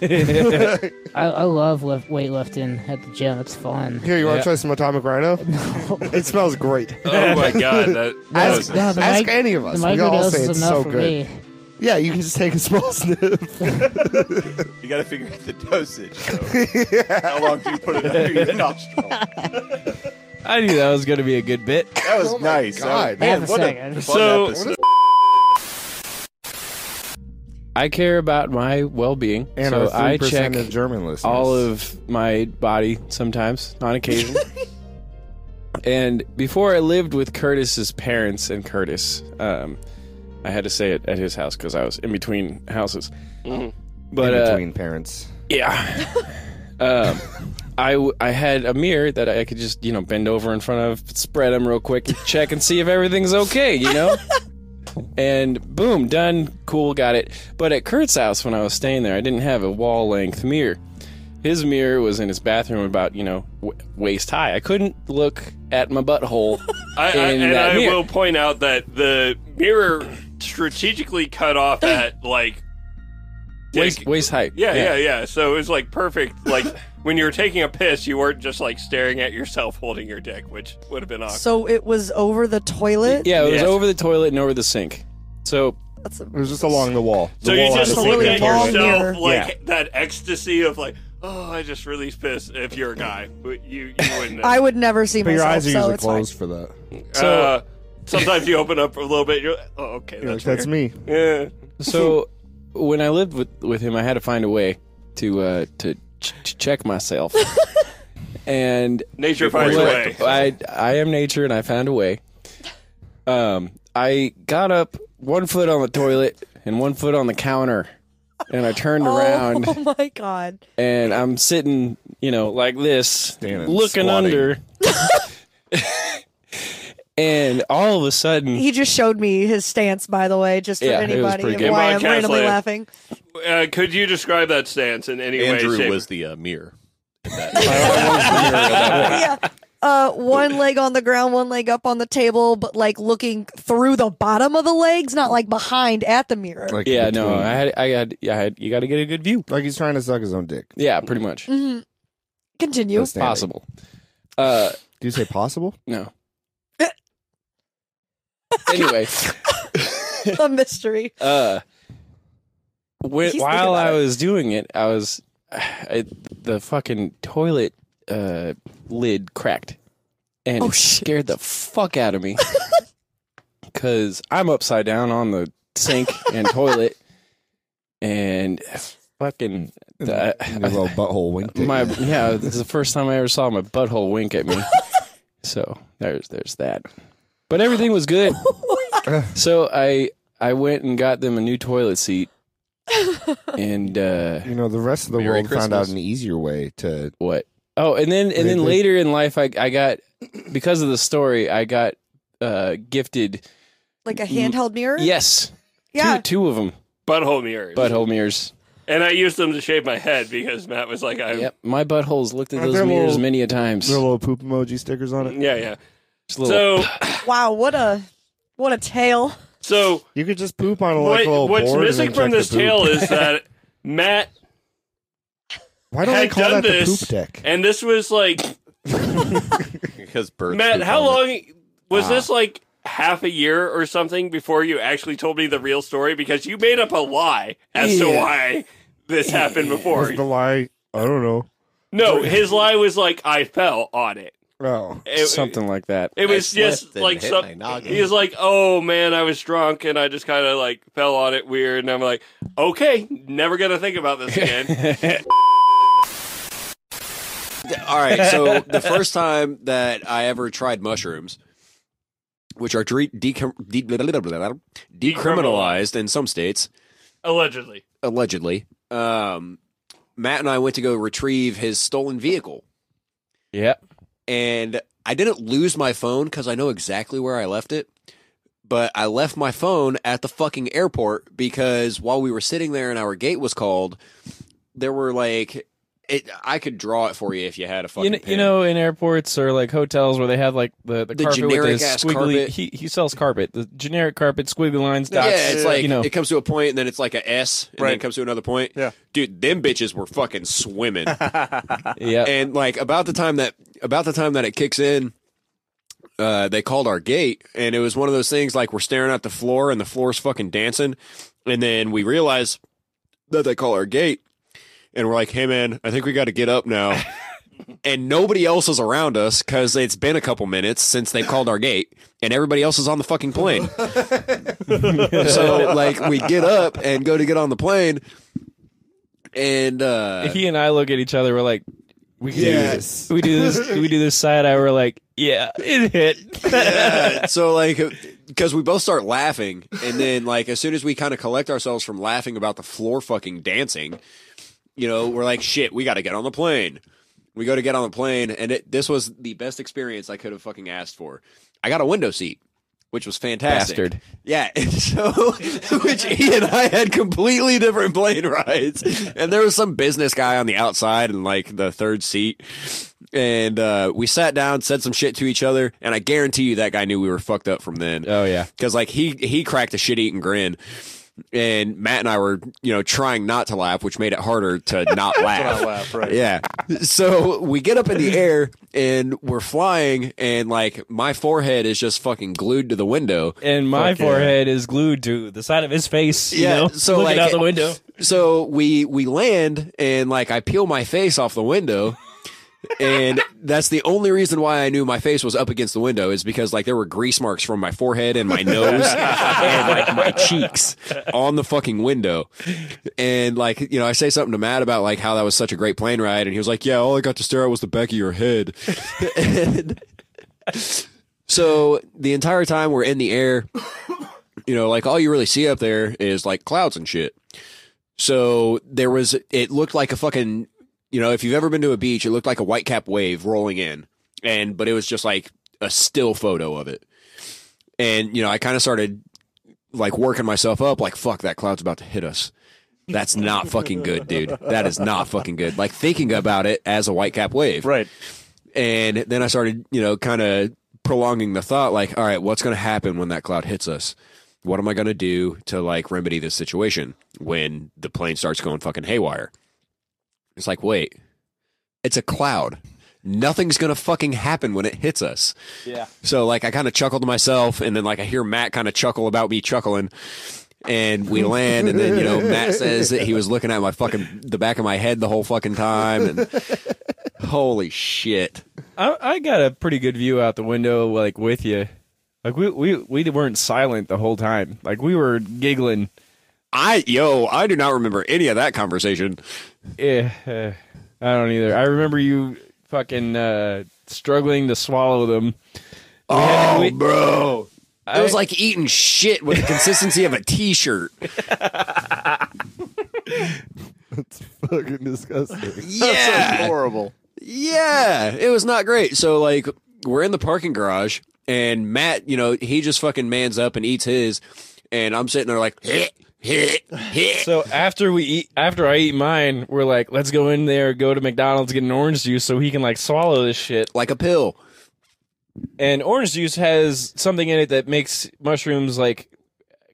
Speaker 8: I, I love lift, weightlifting at the gym. It's fun.
Speaker 2: Here, you want to
Speaker 7: Yeah.
Speaker 2: try some Atomic Rhino? it smells great.
Speaker 5: Oh my god, that
Speaker 2: Ask,
Speaker 8: No, the
Speaker 2: ask
Speaker 8: mic-
Speaker 2: any of
Speaker 8: The
Speaker 2: us. We all
Speaker 8: microdose
Speaker 2: say
Speaker 8: is
Speaker 2: it's
Speaker 8: enough
Speaker 2: so
Speaker 8: for
Speaker 2: good.
Speaker 8: me.
Speaker 2: Yeah, you can just take a small *laughs* sniff.
Speaker 1: You got to figure out the dosage. So. How long do you put it under your nostril?
Speaker 7: I knew that was going to be a good bit.
Speaker 1: That was
Speaker 2: Oh my
Speaker 1: nice. That was-
Speaker 2: God.
Speaker 1: man,
Speaker 8: Half a
Speaker 1: what
Speaker 8: second.
Speaker 1: a fun
Speaker 5: So-
Speaker 1: episode.
Speaker 7: I care about my well-being,
Speaker 2: And
Speaker 7: so
Speaker 2: our
Speaker 7: I
Speaker 2: 3%
Speaker 7: check
Speaker 2: of German listeners.
Speaker 7: all of my body sometimes on
Speaker 2: *laughs*
Speaker 7: occasion. and before I lived with Curtis's parents and Curtis, um, I had to say it at his house because I was in between houses. But
Speaker 2: in
Speaker 7: uh,
Speaker 2: between parents.
Speaker 7: yeah. *laughs* um, I, w- I had a mirror that I could just, you know, bend over in front of, spread them real quick, and check and see if everything's okay, you know? and boom, done. Cool, got it. But at Kurt's house when I was staying there, I didn't have a wall length mirror. His mirror was in his bathroom about, you know, w- waist high. I couldn't look at my butthole.
Speaker 5: I, I,
Speaker 7: in
Speaker 5: and
Speaker 7: that
Speaker 5: I
Speaker 7: mirror.
Speaker 5: will point out that the mirror strategically cut off at like
Speaker 7: waist,
Speaker 5: dick-
Speaker 7: waist height.
Speaker 5: Yeah, yeah, yeah, So it was like perfect. Like when you were taking a piss, you weren't just like staring at yourself holding your dick, which would have been awkward.
Speaker 9: So it was over the toilet.
Speaker 7: Yeah, it was
Speaker 5: Yes.
Speaker 7: over the toilet and over the sink. So
Speaker 9: That's a,
Speaker 2: It was just along the wall.
Speaker 5: so
Speaker 2: The
Speaker 5: you
Speaker 2: wall had
Speaker 5: just
Speaker 2: a
Speaker 9: a
Speaker 5: look
Speaker 9: really
Speaker 5: at
Speaker 2: secret
Speaker 9: long
Speaker 5: yourself
Speaker 2: area.
Speaker 9: mirror.
Speaker 5: like that ecstasy of like, oh, I just released piss. If you're a guy, but you you wouldn't. *laughs*
Speaker 9: I would never see
Speaker 2: But your
Speaker 9: myself.
Speaker 2: eyes are
Speaker 9: so
Speaker 2: usually
Speaker 9: it's fine.
Speaker 2: closed for that.
Speaker 5: uh, sometimes you open up a little bit. You're like, oh, okay,
Speaker 2: You're like,
Speaker 5: that's,
Speaker 2: That's me.
Speaker 5: weird." Yeah.
Speaker 7: So *laughs* when I lived with, with him, I had to find a way to uh, to ch- ch-
Speaker 9: *laughs*
Speaker 7: check myself. and
Speaker 5: Nature finds a
Speaker 7: what-
Speaker 5: way.
Speaker 7: I I am nature, and I found a way. Um, I got up one foot on the toilet and one foot on the counter, and I turned around
Speaker 9: *laughs* Oh my god.
Speaker 7: and I'm sitting, you know, like this, looking
Speaker 9: *laughs*
Speaker 2: squatting.
Speaker 7: under. *laughs* and all of a sudden,
Speaker 9: He just showed me his stance, by the way, just for
Speaker 7: Yeah, it was
Speaker 9: anybody
Speaker 7: pretty
Speaker 9: and
Speaker 7: good.
Speaker 9: why I'm
Speaker 5: Come on,
Speaker 9: randomly
Speaker 5: Castle.
Speaker 9: laughing.
Speaker 5: Uh, could you describe that stance in any way?
Speaker 3: Andrew
Speaker 5: shape,
Speaker 3: was the uh, mirror.
Speaker 9: yeah.
Speaker 5: *laughs*
Speaker 9: Uh, one leg on the ground, one leg up on the table, but like looking through the bottom of the legs, not like behind at the mirror.
Speaker 2: Like
Speaker 7: yeah, no,
Speaker 2: between-
Speaker 7: I had, I had, I had, you got to get a good view.
Speaker 2: like he's trying to suck his own dick.
Speaker 7: Yeah, pretty
Speaker 9: Mm.
Speaker 7: much.
Speaker 9: Mm-hmm. Continue.
Speaker 2: Standing.
Speaker 7: Possible. Uh,
Speaker 2: Do you say
Speaker 5: *laughs*
Speaker 2: possible?
Speaker 7: No. anyway,
Speaker 9: *laughs* a mystery.
Speaker 7: uh, when,
Speaker 9: He's thinking
Speaker 7: while
Speaker 9: about
Speaker 7: I
Speaker 9: it.
Speaker 7: was doing it, I was I, the fucking toilet uh, lid cracked, and
Speaker 9: Oh,
Speaker 7: it scared the fuck out
Speaker 9: *laughs*
Speaker 7: of me because I'm upside down on the sink and toilet,
Speaker 9: *laughs*
Speaker 7: and fucking. uh,
Speaker 2: Your little butthole
Speaker 5: *laughs*
Speaker 2: winked at
Speaker 7: my
Speaker 2: *laughs* you.
Speaker 7: yeah, this is the first time I ever saw my butthole
Speaker 2: *laughs*
Speaker 7: wink at me. so there's there's that. But everything
Speaker 2: *laughs*
Speaker 7: was good.
Speaker 2: Oh
Speaker 7: so I I went and got them a new
Speaker 2: *laughs*
Speaker 7: toilet seat, and uh,
Speaker 2: You know, the rest of the
Speaker 3: Merry
Speaker 2: world found out
Speaker 3: Christmas.
Speaker 2: an easier way to.
Speaker 7: what? Oh, and then and then
Speaker 2: Really?
Speaker 7: later in life, I I got because of the story, I got uh gifted
Speaker 9: Like a handheld mirror?
Speaker 7: yes,
Speaker 9: Yeah.
Speaker 7: two, two of them
Speaker 5: butthole mirrors?
Speaker 7: butthole mirrors.
Speaker 5: And I used them to shave my head because Matt was like, I,
Speaker 7: Yep, my buttholes looked at
Speaker 2: Are
Speaker 7: those
Speaker 2: there
Speaker 7: mirrors
Speaker 2: Uh, little-
Speaker 7: many a times.
Speaker 2: Is there little poop emoji stickers on it?
Speaker 5: yeah, yeah.
Speaker 7: Just little-
Speaker 5: so,
Speaker 9: Wow, what a what a tale.
Speaker 5: so
Speaker 2: You could just poop on a like,
Speaker 5: what,
Speaker 2: little
Speaker 5: what's
Speaker 2: board and
Speaker 5: missing
Speaker 2: then
Speaker 5: from
Speaker 2: check
Speaker 5: this
Speaker 2: the poop.
Speaker 5: tale is that Matt
Speaker 2: Why don't
Speaker 5: had
Speaker 2: they call
Speaker 5: done
Speaker 2: that the
Speaker 5: this,
Speaker 2: poop deck?
Speaker 5: and this was like
Speaker 3: Because birds.
Speaker 5: Matt.
Speaker 3: poop
Speaker 5: How
Speaker 3: on
Speaker 5: long was this? Like half a year or something before you actually told me the real story because you made up a lie as to
Speaker 7: Yeah.
Speaker 5: why this happened before.
Speaker 2: Was the lie? I don't know.
Speaker 5: No, his lie was like I fell on it.
Speaker 2: Oh,
Speaker 5: It-
Speaker 7: something like that.
Speaker 5: It was
Speaker 3: I slipped
Speaker 5: just
Speaker 3: and
Speaker 5: like
Speaker 3: hit my
Speaker 5: some.
Speaker 3: noggin.
Speaker 5: He was like, "Oh man, I was drunk and I just kind of like fell on it weird." And I'm like, "Okay, never gonna think about this again."
Speaker 10: All right.
Speaker 7: *laughs*
Speaker 10: So the first time that I ever tried mushrooms, which are dre- decrim- de- blah, blah, blah, blah, blah, decriminalized in some states,
Speaker 5: *laughs* Allegedly,
Speaker 10: allegedly, um, Matt and I went to go retrieve his stolen vehicle.
Speaker 7: Yep.
Speaker 10: And I didn't lose my phone because I know exactly where I left it. But I left my phone at the fucking airport because while we were sitting there and our gate was called, there were like, it, I could draw it for you if you had a fucking
Speaker 7: you know, you
Speaker 10: pen.
Speaker 7: know in airports or like hotels where they have like the, the,
Speaker 10: The
Speaker 7: carpet with
Speaker 10: generic
Speaker 7: the
Speaker 10: ass
Speaker 7: squiggly
Speaker 10: carpet.
Speaker 7: He, he sells carpet the generic carpet squiggly lines dots
Speaker 10: yeah, it's like
Speaker 7: you know
Speaker 10: it comes to a point and then it's like a S and then it comes to another point. Yeah. Dude, them bitches were fucking *laughs* swimming.
Speaker 7: yeah
Speaker 10: and like about the time that about the time that it kicks in, uh, they called our gate and it was one of those things like we're staring at the floor and the floor's fucking dancing. And then we realize that they call our gate and we're like, Hey man, I think we gotta get up now. and nobody else is around us because it's been a couple minutes since they've called our gate, and everybody else is on the fucking plane. so like we get up and go to get on the plane, and uh,
Speaker 7: he and I look at each other. We're like, we do
Speaker 10: Yes.
Speaker 7: this. We do this. We do this side eye. We're like, yeah, it hit.
Speaker 10: yeah. So like, because we both start laughing, and then like as soon as we kind of collect ourselves from laughing about the floor fucking dancing, you know, we're like, shit, we got to get on the plane. We go to get on the plane, and it, this was the best experience I could have fucking asked for. I got a window seat, which was fantastic.
Speaker 7: Bastard.
Speaker 10: Yeah, *laughs* and so which he and I had completely different plane rides, and there was some business guy on the outside and like the third seat, and uh, we sat down, said some shit to each other, and I guarantee you that guy knew we were fucked up from then.
Speaker 7: Oh yeah.
Speaker 10: because like he he cracked a shit eating grin. And Matt and I were, you know, trying not to laugh, which made it harder to not laugh.
Speaker 3: laugh, right.
Speaker 10: Yeah. So we get up in the air and we're flying, and like my forehead is just fucking glued to the window.
Speaker 7: And my
Speaker 10: Fuck yeah.
Speaker 7: forehead is glued to the side of his face. You
Speaker 10: Yeah,
Speaker 7: know,
Speaker 10: so,
Speaker 7: looking
Speaker 10: like-
Speaker 7: out the window.
Speaker 10: So we we land and like I peel my face off the window. and that's the only reason why I knew my face was up against the window is because like there were grease marks from my forehead and my nose and like my cheeks on the fucking window. And like, you know, I say something to Matt about like how that was such a great plane ride and he was like, "Yeah, all I got to stare at was the back of your head." and *laughs* so the entire time we're in the air, you know, like all you really see up there is like clouds and shit. So there was, it looked like a fucking, you know, if you've ever been to a beach, it looked like a white cap wave rolling in. And, but it was just like a still photo of it. And, you know, I kind of started like working myself up like, fuck, that cloud's about to hit us. That's not fucking good, dude. That is not fucking good. Like thinking about it as a white cap wave.
Speaker 3: Right.
Speaker 10: And then I started, you know, kind of prolonging the thought like, all right, what's going to happen when that cloud hits us? What am I going to do to like remedy this situation when the plane starts going fucking haywire? It's like, wait, it's a cloud. Nothing's going to fucking happen when it hits us.
Speaker 7: Yeah.
Speaker 10: So like I kind of chuckled to myself and then like I hear Matt kind of chuckle about me chuckling and we land and then you know Matt says that he was looking at my fucking the back of my head the whole fucking time and holy shit.
Speaker 7: I, I got a pretty good view out the window, like with you. Like we we we weren't silent the whole time. Like we were giggling.
Speaker 10: I yo, I do not remember any of that conversation.
Speaker 7: Eh, eh, I don't either. I remember you fucking uh, struggling to swallow them. We had-
Speaker 10: Oh,
Speaker 7: we-
Speaker 10: bro.
Speaker 7: I-
Speaker 10: it was like eating shit with the consistency of a
Speaker 7: *laughs*
Speaker 10: t-shirt.
Speaker 2: *laughs* Fucking disgusting.
Speaker 10: Yeah.
Speaker 1: horrible.
Speaker 10: Yeah, it was not great. So like we're in the parking garage and Matt, you know, he just fucking mans up and eats his and I'm sitting there like hit hit hit.
Speaker 7: So after we eat, after I eat mine, we're like, let's go in there, go to McDonald's, get an orange juice, so he can like swallow this shit.
Speaker 10: like a pill.
Speaker 7: And orange juice has something in it that makes mushrooms like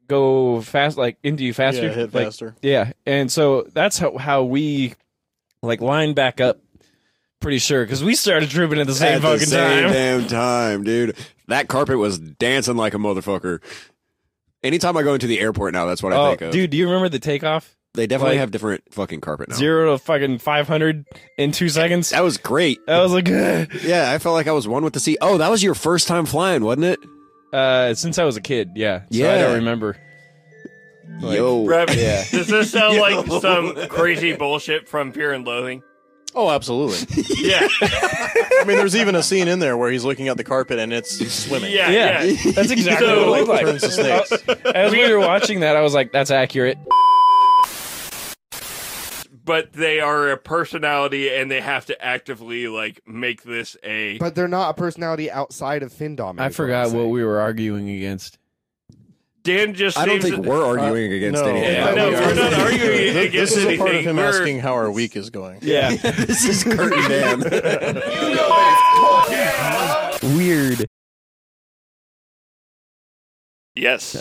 Speaker 7: go fast, like into you faster,
Speaker 3: Yeah, hit
Speaker 7: Like,
Speaker 3: faster.
Speaker 7: yeah, and so that's how how we like line back up. Pretty sure because we started tripping at the same
Speaker 10: At the
Speaker 7: fucking
Speaker 10: same
Speaker 7: time.
Speaker 10: damn time, dude. That carpet was dancing like a motherfucker. Anytime I go into the airport now, that's what I
Speaker 7: Oh,
Speaker 10: think of.
Speaker 7: dude, do you remember the takeoff?
Speaker 10: they definitely
Speaker 7: like-
Speaker 10: have different fucking carpet now.
Speaker 7: Zero to fucking five hundred in two seconds.
Speaker 10: That was great.
Speaker 7: I was like,
Speaker 10: Yeah, I felt like I was one with the sea. Oh, that was your first time flying, wasn't it?
Speaker 7: uh, since I was a kid, yeah, so I
Speaker 10: Yeah.
Speaker 7: don't remember. Like,
Speaker 10: Yo,
Speaker 5: Rev,
Speaker 10: yeah.
Speaker 5: does this sound like some crazy bullshit from Fear and Loathing?
Speaker 3: Oh, absolutely.
Speaker 5: Yeah,
Speaker 3: I mean, there's even a scene in there where he's looking at the carpet and it's swimming.
Speaker 5: yeah,
Speaker 7: Yeah,
Speaker 5: yeah.
Speaker 7: that's exactly what it
Speaker 5: So-
Speaker 7: looked like.
Speaker 3: Turns to snakes.
Speaker 7: *laughs* As we were watching that, I was like, "That's accurate."
Speaker 5: But they are a personality, and they have to actively like make this a.
Speaker 2: But they're not a personality outside of Findom.
Speaker 7: I forgot what we were arguing against.
Speaker 5: Dan just.
Speaker 10: I don't
Speaker 5: seems-
Speaker 10: think we're arguing against
Speaker 3: no.
Speaker 10: anything.
Speaker 5: Yeah, Uh, no,
Speaker 3: we
Speaker 5: we're
Speaker 3: are.
Speaker 5: not arguing
Speaker 3: This-
Speaker 5: against
Speaker 3: This is a part of
Speaker 5: anything.
Speaker 3: him
Speaker 5: We're-
Speaker 3: asking how our week is going.
Speaker 7: Yeah,
Speaker 10: this is curtain man.
Speaker 7: *laughs*
Speaker 10: *laughs*
Speaker 7: weird.
Speaker 5: Yes.